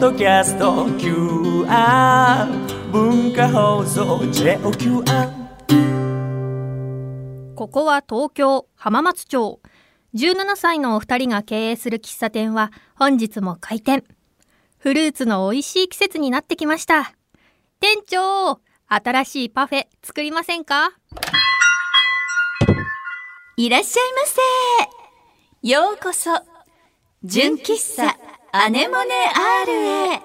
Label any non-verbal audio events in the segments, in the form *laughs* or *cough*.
ドキャスト QR 文化放送 JOQR ここは東京浜松町17歳のお二人が経営する喫茶店は本日も開店フルーツの美味しい季節になってきました店長新しいパフェ作りませんかいらっしゃいませ。ようこそ、純喫茶アネモネ R へ。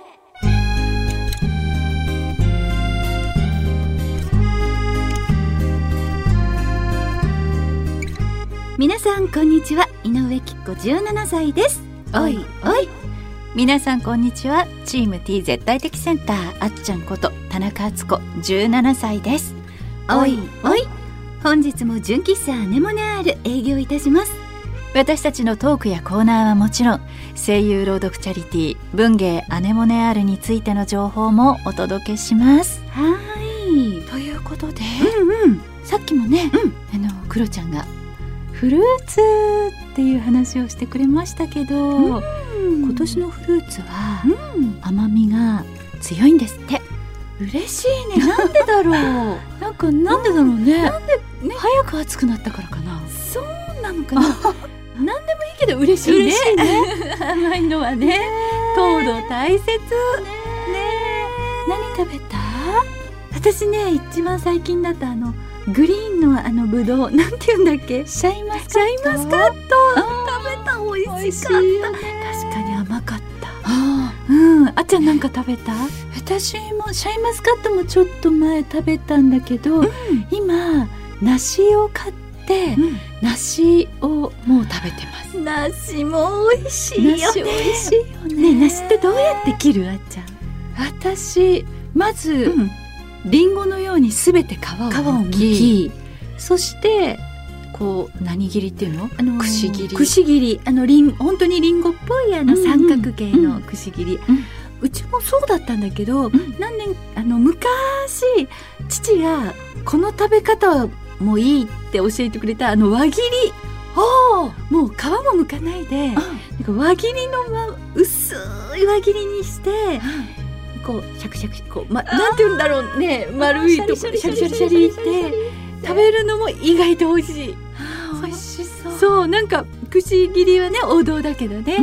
皆さんこんにちは、井上きっ子17歳です。おいおい。皆さんこんにちは、チーム T 絶対的センターあっちゃんこと田中敦子17歳です。おいおい。本日も純喫茶アネモネアール営業いたします私たちのトークやコーナーはもちろん声優朗読チャリティー文芸アネモネアールについての情報もお届けしますはいということで、さっきもね、あのクロちゃんがフルーツっていう話をしてくれましたけど、今年のフルーツは甘みが強いんですって嬉しいねなんでだろう *laughs* なんかなんでだろうね、早く暑くなったからかなそうなの *laughs* かななんでもいいけど嬉しいね *laughs* 甘いのはね糖度大切ね何食べた私ね一番最近だったあのグリーンのあのブドウなんて言うんだっけシャイマスカットシャイマスカット食べた美味しかった確かに甘かったうん、あっちゃんなんか食べた私もシャインマスカットもちょっと前食べたんだけど、今梨を買って、梨をもう食べてます梨も美味しいよ梨美味しいよねね梨ってどうやって切るあっちゃん私まず、リンゴのようにすべて皮を皮を剥剥きそしてこう何切りっていうのあのーくし切りくし切りあのりん本当にリンゴっぽいあのうんうん三角形のくし切り、うんうちもそうだったんだけど、ん何年あの昔父がこの食べ方はもういいって教えてくれたあの輪切りもう皮も剥かないでなんか輪切りの、ま、薄い輪切りにしてこうシャクシャクこう、ま、なんて言うんだろうね丸いとこシャリシャリシャリって食べるのも意外と美味しい。美味しそそうなんか串切りはね王道だけどね、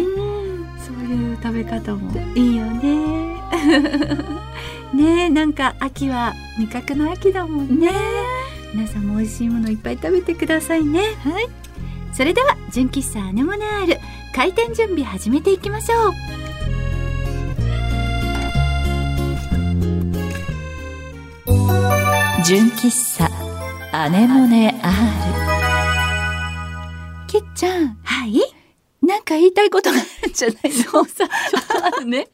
そういう食べ方もいいよね *laughs* ねえなんか秋は味覚の秋だもんね皆さんも美味しいものいっぱい食べてくださいねはいそれでは純喫茶アネモネアール開店準備始めていきましょう純喫茶アネモネ R きっちゃんはいなんか言いたいことがあるんじゃないのそうさあのね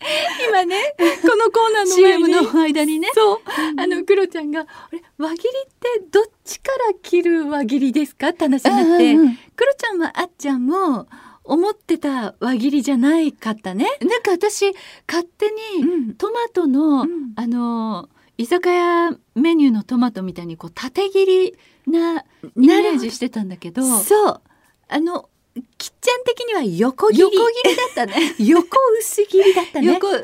今ねこのコーナーの前 CM にの間にねそう、あのクロちゃんが「あれ輪切りってどっちから切る輪切りですか?」って話になって、うんうんうんクロちゃんはあっちゃんも思ってた輪切りじゃないかったね。なんか私勝手にトマトの、うんあの居酒屋メニューのトマトみたいにこう縦切りなイなるほどメージしてたんだけどそうあのキッちゃん的には横切り横切りだったね *laughs* 横薄切りだったね。横もう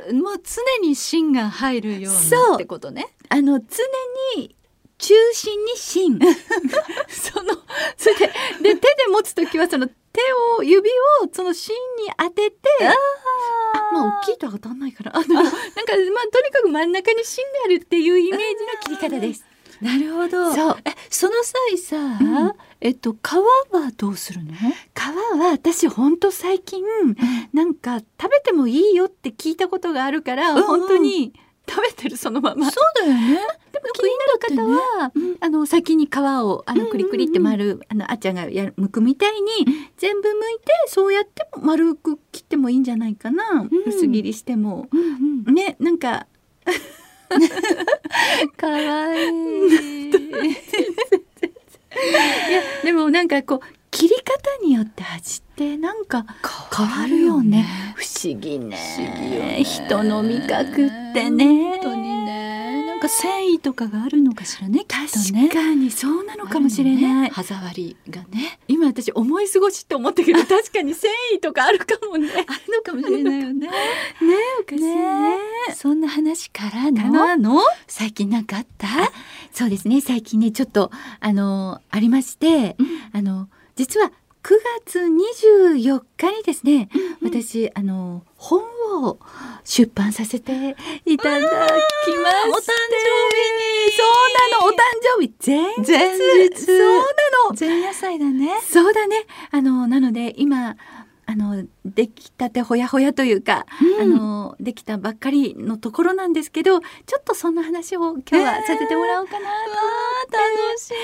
常に芯が入るようそうなってことねあの常に中心に *laughs* 芯そのそれでで手で持つ時はその手を指をその芯に当ててあまあ大きいとは当たんないからあでもなんかまあとにかく真ん中に芯があるっていうイメージの切り方です。なるほどそうえその際さ、うんえっと皮はどうするの皮は私ほんと最近なんか食べてもいいよって聞いたことがあるから、うんうん本当に食べてるそのまま。うだよねでも気になる方は、あの先に皮をあのクリクリって丸、あのあっちゃんがやる剥くみたいに全部剥いてそうやっても丸く切ってもいいんじゃないかな、ん薄切りしてもうんうんねなんかかわいいでもなんかこう切り方によって味ってなんか変わるよね不思議ね不思議よね人の味覚ってね本当にねなんか繊維とかがあるのかしらね。きっとね確かにそうなのかもしれあるのなねい。歯触りがね。今私思い過ごしって思った *laughs* けど確かに繊維とかあるかもね。ねあるのかもしれないよね。おかそんな話からかのなの？最近なんかあった？そうですね最近ねちょっとあのありまして、あの実は9月24日にですね、私あの本を出版させていただきましてお誕そうなのお誕生日前日前日そうなの前夜祭だね。そうだねあのなので今あのできたてほやほやというか、うんあのできたばっかりのところなんですけどちょっとそんな話を今日はさせてもらおうかなと思って、しい。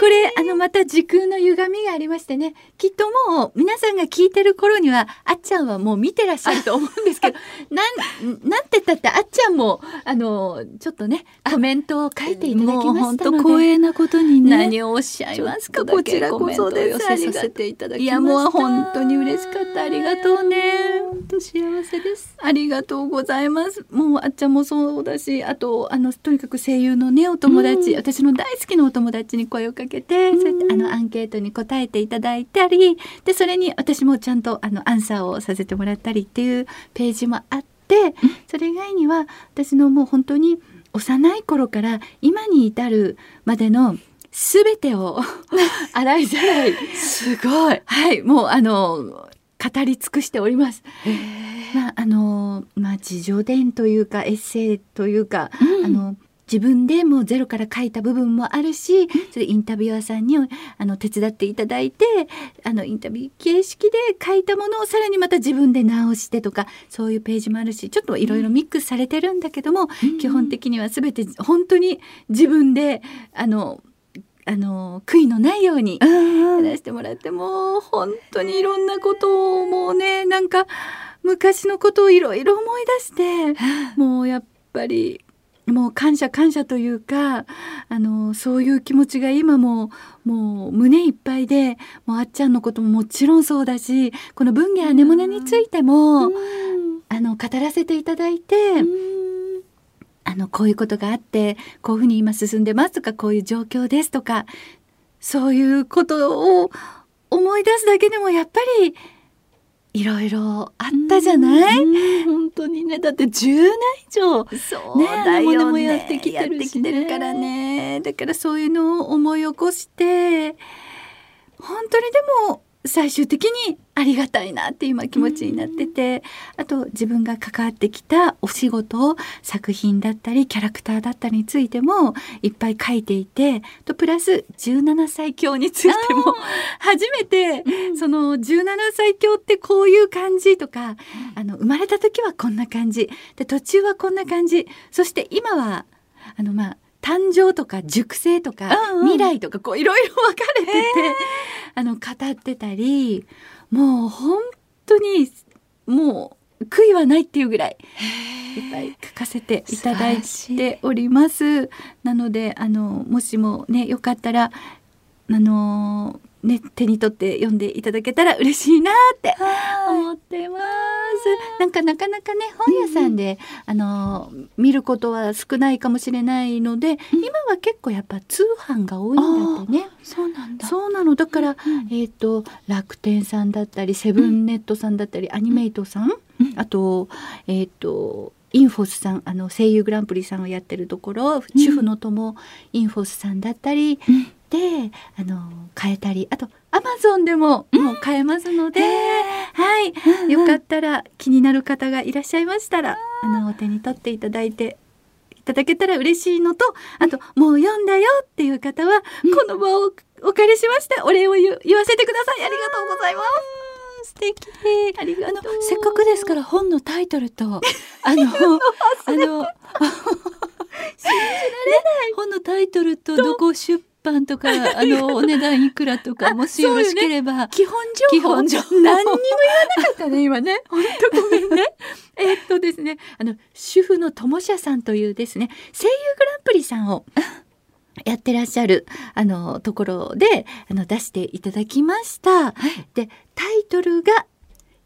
これあのまた時空の歪みがありましてねきっともう皆さんが聞いてる頃にはあっちゃんはもう見てらっしゃると思うんです *laughs* けどなんなんて言ったってあっちゃんもあのちょっとねコメントを書いていただきまもうし本た当ので光栄なことにね。何をおっしゃいますかこちらこそですありがとていただいきましたやもう本当に嬉しかったありがとうね本当幸せですありがとうございます。もうあっちゃんもそうだし、あとあのとにかく声優のねお友達、うん私の大好きなお友達に声をかけて、うんそうやってあのアンケートに答えていただいたり、でそれに私もちゃんとあのアンサーをさせてもらったりっていうページもあって、それ以外には私のもう本当に幼い頃から今に至るまでのすべて *laughs* を洗いざらい、すごいはい、もうあの語り尽くしております。まああのまあ自叙伝というかエッセイというか、あの自分でもうゼロから書いた部分もあるし、それインタビュアーさんにあの手伝っていただいて、あのインタビュー形式で書いたものをさらにまた自分で直してとかそういうページもあるし、ちょっといろいろミックスされてるんだけども、基本的には全て本当に自分であのあの悔いのないように話してもらってもう本当にいろんなことをもうねなんか昔のことをいろいろ思い出してもうやっぱりもう感謝感謝というかあのそういう気持ちが今ももう胸いっぱいでもうあっちゃんのことももちろんそうだしこの文芸アネモネについても、あの語らせていただいて。あのこういうことがあってこういうふうに今進んでますとかこういう状況ですとかそういうことを思い出すだけでもやっぱりいろいろあったじゃない、本当にねだって10年以上そうねだよねアネモネもやってきてるしねやってきてるからねだからそういうのを思い起こして本当にでも最終的にありがたいなって今気持ちになってて、あと自分が関わってきたお仕事作品だったりキャラクターだったりについてもいっぱい書いていてとプラス17歳教についても *laughs* 初めて、その17歳教ってこういう感じとか、あの生まれた時はこんな感じで途中はこんな感じそして今はあのまあ誕生とか熟成とか、うんうん未来とかこういろいろ分かれてて、あの語ってたりもう本当にもう悔いはないっていうぐらいいっぱい書かせていただいております。なのであのもしもねよかったらあのね手に取って読んでいただけたら嬉しいなって思ってます。なんかなかなかね本屋さんで、あの見ることは少ないかもしれないので、今は結構やっぱ通販が多いんだってね。そうなんだそうなのだから、うんえっ、と楽天さんだったりセブンネットさんだったり、アニメイトさん、うんあとえっ、とインフォスさんあの声優グランプリさんをやってるところ、主婦の友インフォスさんだったり、うんであの買えたりあとアマゾンでももう買えますので、はい、よかったら気になる方がいらっしゃいましたら、あのお手に取っていただいていただけたら嬉しいのとあともう読んだよっていう方は、この場をお借りしましてお礼を言う言わせてくださいありがとうございます素敵ありがあのとうせっかくですから本のタイトル *laughs* とあのあのね本のタイトルとどこ出版とかあのお値段いくらとかもしよろしければ基本情基報本情報何にも言わなかったね今ね *laughs* 本当ごめんね *laughs* えっとですねあの主婦の友社さんというですね声優グランプリさんをやってらっしゃるあのところであの出していただきました、でタイトルが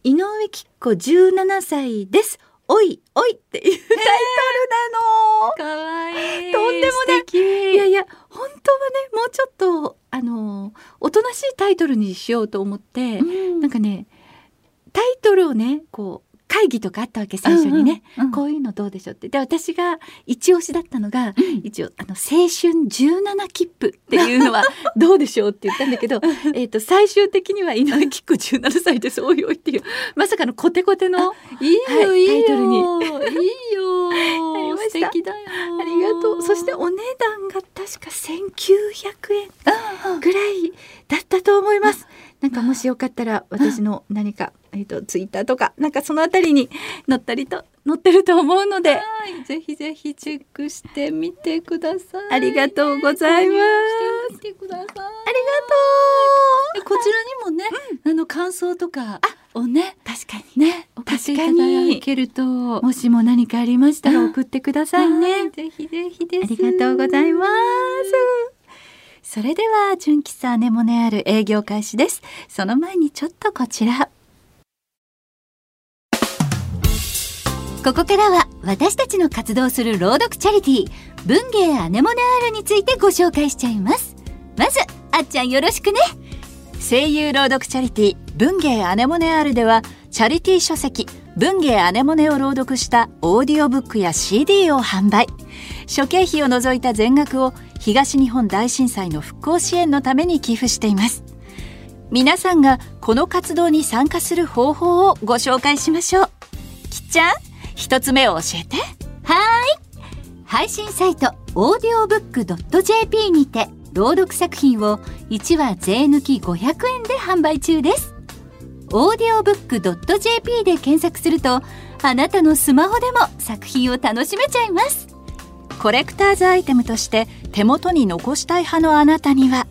井上きっ子17歳ですおいおいっていうタイトルなの。かわいい。とんでもない。いやいや、本当はね、もうちょっと、あの、おとなしいタイトルにしようと思って、うんなんかね、タイトルをね、こう、会議とかあったわけ、最初にね。うんうんこういうのどうでしょうって。で、私が一押しだったのが、一応、あの、青春17切符っていうのはどうでしょうって言ったんだ *laughs* けど、えっと、最終的には井上貴子17歳です、おいお *laughs* いっていう、まさかのコテコテの、いいよ、はいい、いよ。タイトルにいい *laughs* よ。りま素した敵だよ。ありがとう。そしてお値段が確か1900円ぐらいだったと思います。なんかもしよかったら私の何か、えっと、ツイッターとか、なんかそのあたりに載ったりと、載ってると思うので、はい、ぜひぜひチェックしてみてください。ありがとうございます購入してみてください。ありがとう。こちらにもね、あの感想とかをね、確かに。ね、送っていただけると。もしも何かありましたら送ってくださいはねい。ぜひぜひであす。りがとうございます。それでは、純喫茶ネモネある営業開始です。その前にちょっとこちら。ここからは私たちの活動する朗読チャリティー文芸アネモネアールについてご紹介しちゃいますまずあっちゃんよろしくね声優朗読チャリティー文芸アネモネアールではチャリティー書籍文芸アネモネを朗読したオーディオブックや CD を販売諸経費を除いた全額を東日本大震災の復興支援のために寄付しています皆さんがこの活動に参加する方法をご紹介しましょうきっちゃん一つ目を教えてはーい配信サイトオーディオブック .jp にて朗読作品を1話税抜き500円で販売中ですオーディオブック .jp で検索するとあなたのスマホでも作品を楽しめちゃいますコレクターズアイテムとして手元に残したい派のあなたには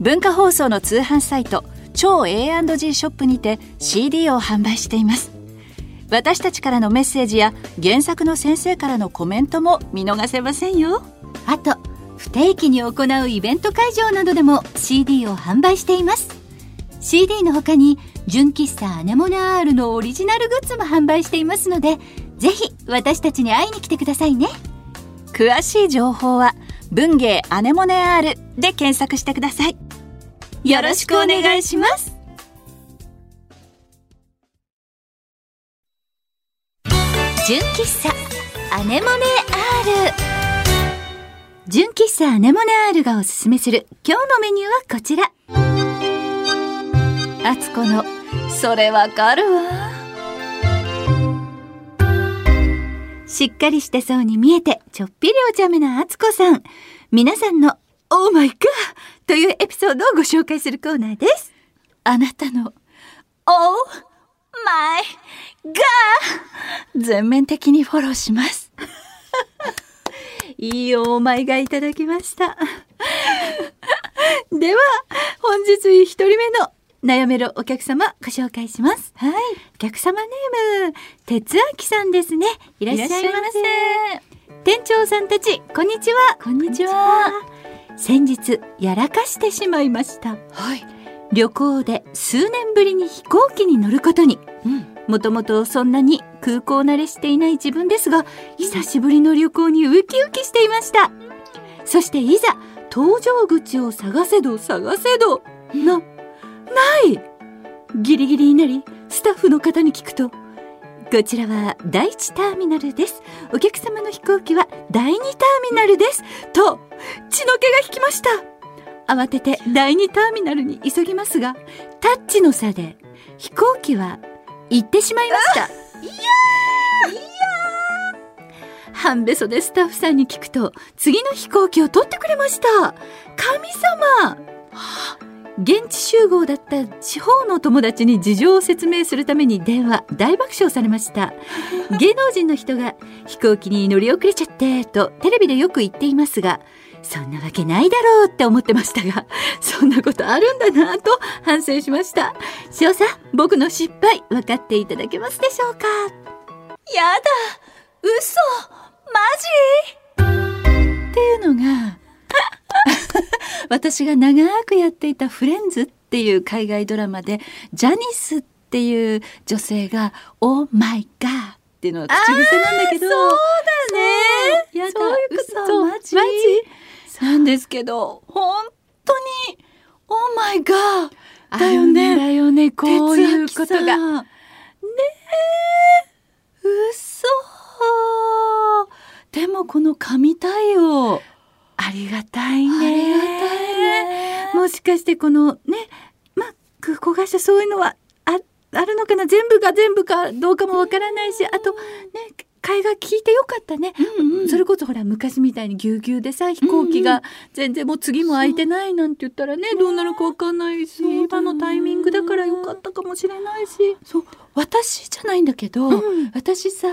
文化放送の通販サイト超 A&G ショップにて CD を販売しています私たちからのメッセージや原作の先生からのコメントも見逃せませんよあと不定期に行うイベント会場などでも CD を販売しています CD の他に純喫茶アネモネアールのオリジナルグッズも販売していますのでぜひ私たちに会いに来てくださいね詳しい情報は文芸アネモネアールで検索してくださいよろしくお願いします純喫茶アネモネアール純喫茶アネモネアールがおすすめする今日のメニューはこちらあつこのそれわかるわしっかりしてそうに見えてちょっぴりお茶目なあつこさん皆さんのオーマイガーというエピソードをご紹介するコーナーですあなたのオーマイガー全面的にフォローします *laughs* いいお前がいただきました。では、本日一人目の悩めるお客様ご紹介します。はい。お客様ネーム、哲明さんですね。いらっしゃいませ。いらっし店長さんたち、こんにちは。こんにちは。先日、やらかしてしまいました。はい、旅行で数年ぶりに飛行機に乗ることに。もともとそんなに空港慣れしていない自分ですが、久しぶりの旅行にウキウキしていました。そしていざ、搭乗口を探せど探せど、な、ないギリギリになり、スタッフの方に聞くと、こちらは第一ターミナルです。お客様の飛行機は第二ターミナルです。と、血の気が引きました。慌てて第二ターミナルに急ぎますが、タッチの差で飛行機は行ってしまいました。いやー半べそでスタッフさんに聞くと、次の飛行機を取ってくれました。神様現地集合だった地方の友達に事情を説明するために電話大爆笑されました芸能人の人が飛行機に乗り遅れちゃってとテレビでよく言っていますがそんなわけないだろうって思ってましたがそんなことあるんだなぁと反省しました翔さん僕の失敗分かっていただけますでしょうかやだ嘘マジっていうのが私が長くやっていた「フレンズ」っていう海外ドラマでジャニスっていう女性が「オーマイガー」ってっていうのは口癖なんだけど。そうだね。やだそういうこ、と嘘、ママジジなんですけど、本当に、オーマイガーだあるよんね。だよね、こういうこと哲が。明さんねえ、嘘。でもこの神対応。ありがたいね。ありがたいね *laughs* もしかしてこのね、まあ、空港会社そういうのはああるのかな全部が全部かどうかもわからないし、あとね、会が聞いてよかったね。うんうんそれこそほら昔みたいにぎゅうぎゅうでさ飛行機が全然もう次も空いてないなんて言ったらねどうなるかわかんないそしうだね今のタイミングだからよかったかもしれないしそう私じゃないんだけど、うん私さ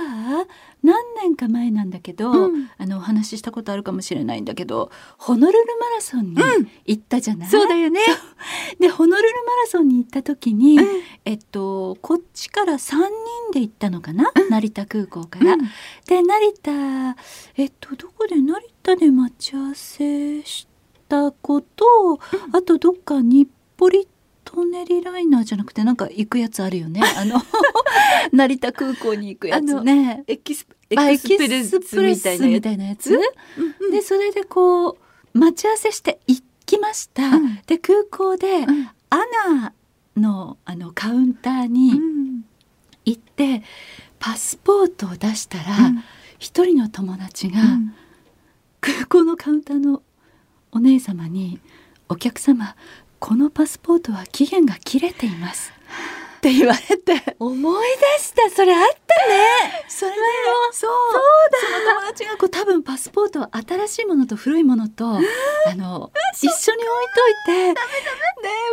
何年か前なんだけど、うんあのお話ししたことあるかもしれないんだけどホノルルマラソンに行ったじゃない、そうだよねでホノルルマラソンに行った時に、うんえっとこっちから3人で行ったのかな、成田空港から。うんで成田えっとどこで成田で待ち合わせしたこと、あとどっか日暮里トンネリライナーじゃなくてなんか行くやつあるよ *laughs* ねあの成田空港に行くやつね。エキスあエクスプレスエクスプレみスたいなやみつたいなやつ、うんでそれでこう待ち合わせして行きました、うんで空港で、うんアナのあのカウンターにうん行って、パスポートを出したら、うん一人の友達が、うん空港のカウンターのお姉様に「お客様このパスポートは期限が切れています」って言われて思い出したそれあったねそれでそうその友達がこう多分パスポートを新しいものと古いものとあの一緒に置いといてね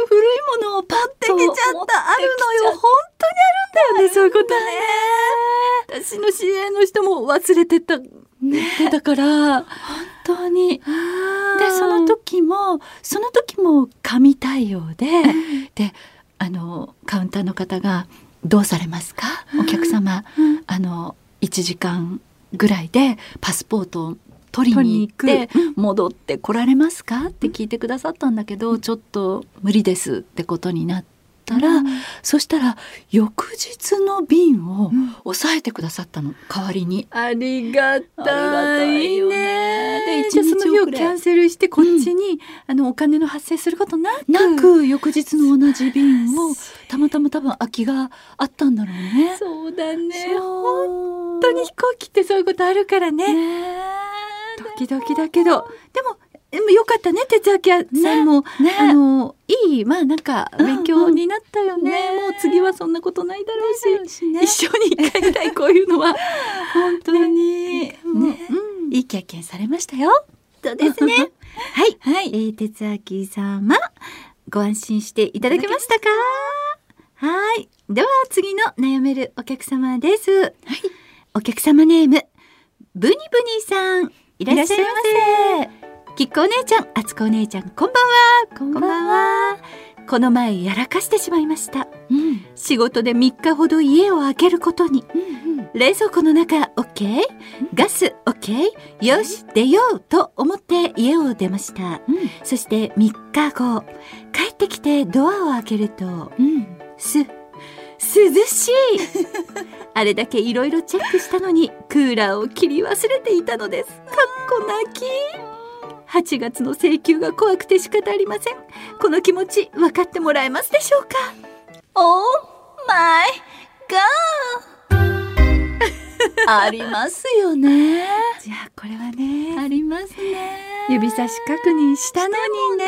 古いものをパッてきちゃったあるのよ本当にあるんだよねそういうことはね私の知り合いの人も忘れてた、てたから本当にででそそのの時時もその時も神対応で、であのカウンターの方が「どうされますかお客様、うんあの1時間ぐらいでパスポートを取り取りにに行行っくて戻ってこられますか?」って聞いてくださったんだけど、ちょっと無理ですってことになったら、そしたら翌日の便をん抑えてくださったの代わりに。ありがたいねでで一一応そ応そのの日日ををキキャャンンセルしてこっちに、あのお金の発生することなくなく翌日の同じ便をたまたま多分空きがあったんだろうね。そうだね本本当に飛行機ってそういうことあるからね時々だけどでもでもよかったね哲明さんも、ねあのいいまあなんかうん勉強になったよね,、ねもう次はそんなことないだろうし、ね一生に一回ぐらいこういうのは *laughs* 本当に、ねねうんいい経験されましたよ。そうですね *laughs* はい、はえ。ー、哲明様ご安心していただけましたかはいでは次の悩めるお客様です、はい、お客様ネームブニブニさんいらっしゃいませきっこお姉ちゃん、あつこお姉ちゃん、こんばんは。こんばんはばんは。この前やらかしてしまいました。うん。仕事で3日ほど家を空けることに。冷蔵庫の中 OK ガス OK よし出ようと思って家を出ましたうん。そして3日後帰ってきてドアを開けるとうん。す *laughs* 涼しいあれだけいろいろチェックしたのにクーラーを切り忘れていたのですかっこ泣き8月の請求が怖くて仕方ありませんこの気持ち分かってもらえますでしょうかオーマイ *laughs* ガー。ありますよね。じゃあこれはねありますね。指差し確認したのにね。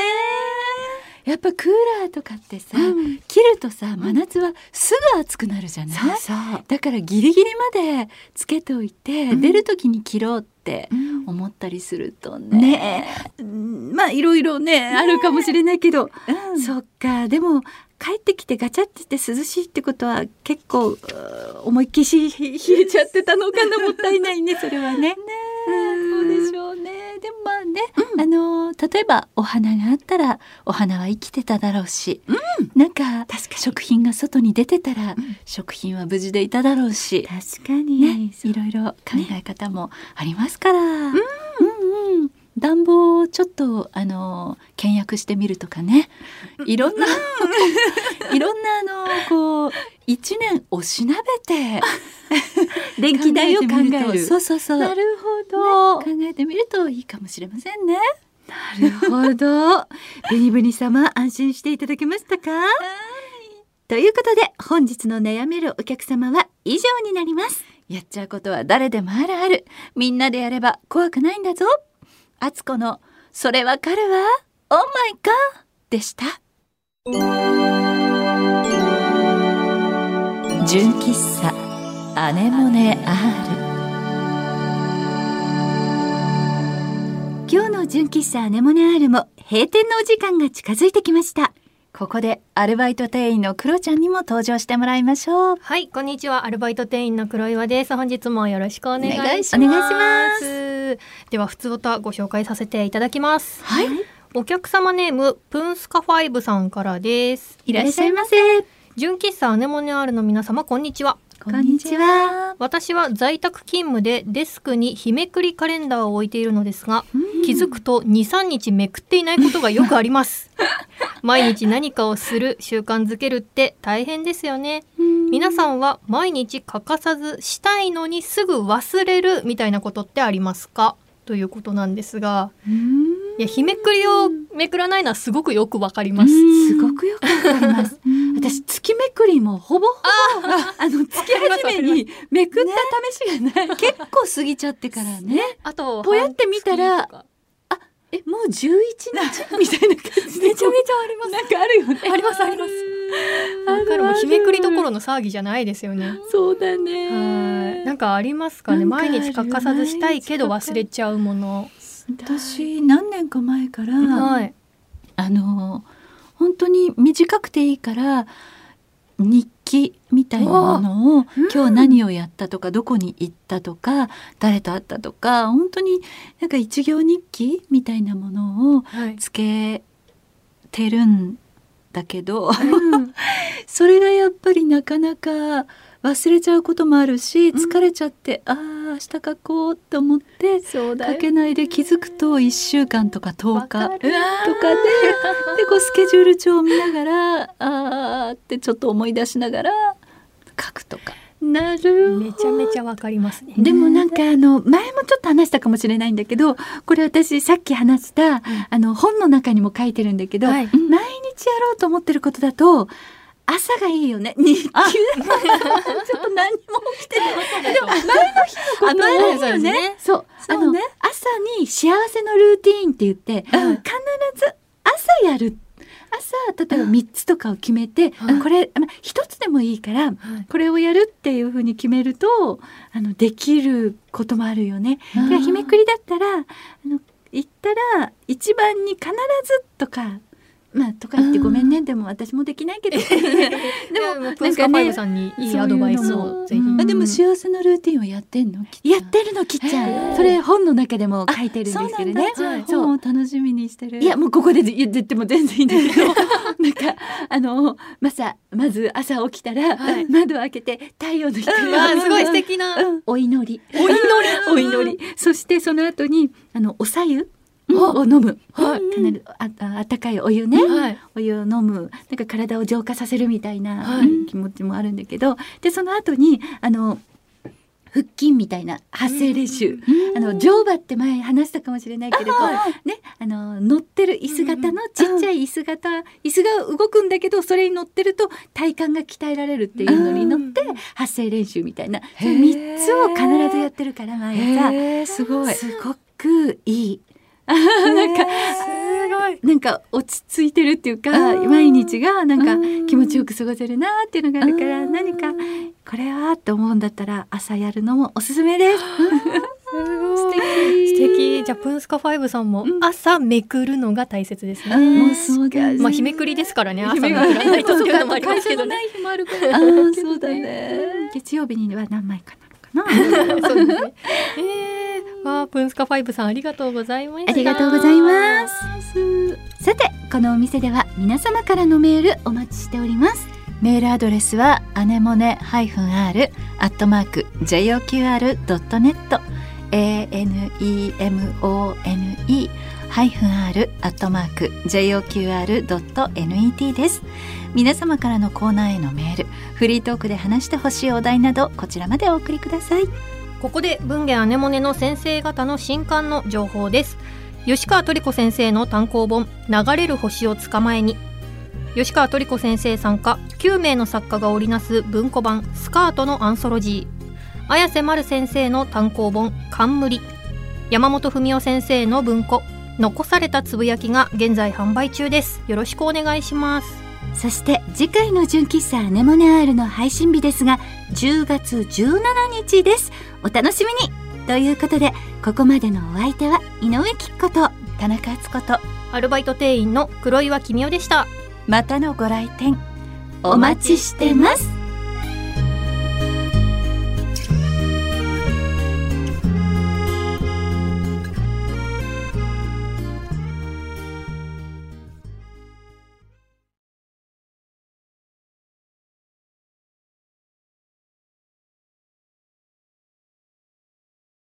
やっぱクーラーとかってさ、うん切るとさ真夏はすぐ暑くなるじゃない、そう。だからギリギリまでつけておいて、うん出る時に切ろうってうん思ったりするとね。ねえ、うんまあいろいろねあるかもしれないけど、うんそっかでも帰ってきてガチャってして涼しいってことは結構うー思いっきりひひ冷えちゃってたの *laughs* かなもったいないねそれはね。ねそうでしょうね。でもまあね、あの例えばお花があったらお花は生きてただろうし、なんか食品が外に出てたら、食品は無事でいただろうし、確かに、ね、そういろいろ考え方もありますから、うんうん暖房をちょっとあの倹約してみるとかねいろんな、 *laughs* いろんなあのこう一年おしなべて電気代を考えるそうそうそう。なねるほ考ど、えてみるといいかもしれませんね。なるほど。 *laughs* ベニベニ様、安心していただけましたかということで、本日の悩めるお客様は以上になります。やっちゃうことは誰でもあるある。みんなでやれば怖くないんだぞ。あつこの、それわかるわ。オーマイガーでした。純喫茶、アネモネ R。今日の純喫茶アネモネアールも閉店のお時間が近づいてきました。ここでアルバイト店員のクロちゃんにも登場してもらいましょう。はい、こんにちは。アルバイト店員の黒岩です。本日もよろしくお願いしお願いましす。ますでは、普通歌ご紹介させていただきます。はい。お客様ネーム、プンスカファイブさんからです。いらっしゃいませ。せ。純喫茶アネモネアールの皆様、こんにちは。こんにちは。私は在宅勤務でデスクに日めくりカレンダーを置いているのですが、気づくと23日めくっていないことがよくあります *laughs* 毎日何かをする習慣づけるって大変ですよね皆さんは毎日欠かさずしたいのにすぐ忘れるみたいなことってありますかということなんですがいや日めくりをめくらないのはすごくよくわかりますすごくよくわかります。私、月めくりもほぼほぼ、あの、月初めにめくった試しがない。結構過ぎちゃってからね。あとぽやって見たら半月とかえ、もう11日みたいな感じで。めちゃめちゃあります。なんかあるよね。ありますありますあるだからもう日めくりどころの騒ぎじゃないですよねそうだね。はい。なんかありますかね。なんかあ毎る日欠かさずしたいけど忘れちゃうもの。私何年か前から、はい。あの本当に短くていいから日記みたいなものを今日何をやったとかどこに行ったとか誰と会ったとか本当になんか一行日記みたいなものをはい。つけてるんだけど、 *laughs* それがやっぱりなかなか忘れちゃうこともあるし疲れちゃって、ああ明日書こうと思ってそうだ書よ。けないで気づくと1週間とか10日。うわとかででこうスケジュール帳を見ながらあーってちょっと思い出しながら書くとか。ーなるほど。めちゃめちゃわかりますね。でもなんかあの前もちょっと話したかもしれないんだけどこれ私さっき話した、あの本の中にも書いてるんだけど、はい毎日やろうと思ってることだと朝がいいよね日給ちょっと何にも起きてないでもこと前の日だよねねそうあそうのね朝に幸せのルーティーンって言って、うん必ず朝やる朝例えば3つとかを決めて、うんこれまあ1つでもいいから、これをやるっていうふうに決めるとあのできることもあるよね。だから日めくりだったらあの行ったら一番に必ずとか。まあ、とか言ってうんごめんね、でも私もできな *laughs* いけどででももプンスカなんファイかねブさんにいいアドバイスそういうのをもぜひ。うんあでも幸せのルーティンをやってんのきちゃやんってるのきっちゃへんーそれ本の中でも書いてるんそうですなけどんだ、ねじゃあそう本を楽しみにしてるいやもうここで言っても全然いいんだけ *laughs* どなんかあのまさまず朝起きたら、はい窓を開けて太陽の光あーすごい素敵な。うんお祈りお祈り *laughs* お祈りそしてその後にあのおさゆを飲む、はいかなりあああったかいお湯ね、はい。お湯を飲むなんか体を浄化させるみたいな、はいうん気持ちもあるんだけどでその後にあの腹筋みたいな発声練習、あの乗馬って前話したかもしれないけれど、ね、あの乗ってる椅子型のちっちゃい椅子型、椅子が動くんだけどそれに乗ってると体幹が鍛えられるっていうのに乗って発声練習みたいな、それ3つを必ずやってるから毎朝へーすごいすごくいい。 *laughs* なんかすごい。なんか落ち着いてるっていうか、うん毎日がなんうかん気持ちよく過ごせるなっていうのがあるから、うん何かこれはと思うんだったら朝やるのもおすすめです。素敵。素敵。じゃあプンスカファイブさんもうん朝めくるのが大切ですね。もうそうだねまあ日めくりですからね。朝めくあらないとっていうのもあります会社けどのね。ない日もあるかあら。ーそうだね月曜日には何枚かなの *laughs* *laughs* かな。そうですね。えー、わあプンスカファイブさんありがとうございました。ありがとうございます。さて、このお店では皆様からのメールお待ちしております。メールアドレスはアネモネ -r アットマーク JOQR.net anemone r アットマーク joqr.net です皆様からのコーナーへのメールフリートークで話してほしいお題などこちらまでお送りくださいここで文芸アネモネの先生方の新刊の情報です吉川トリコ先生の単行本流れる星を捕まえに吉川トリコ先生参加9名の作家が織りなす文庫版スカートのアンソロジー綾瀬丸先生の単行本冠山本文夫先生の文庫残されたつぶやきが現在販売中ですよろしくお願いしますそして次回の純喫茶アネモネアールの配信日ですが10月17日ですお楽しみにということでここまでのお相手は井上貴子と田中敦子とアルバイト店員の黒岩君代でしたまたのご来店お待ちしてます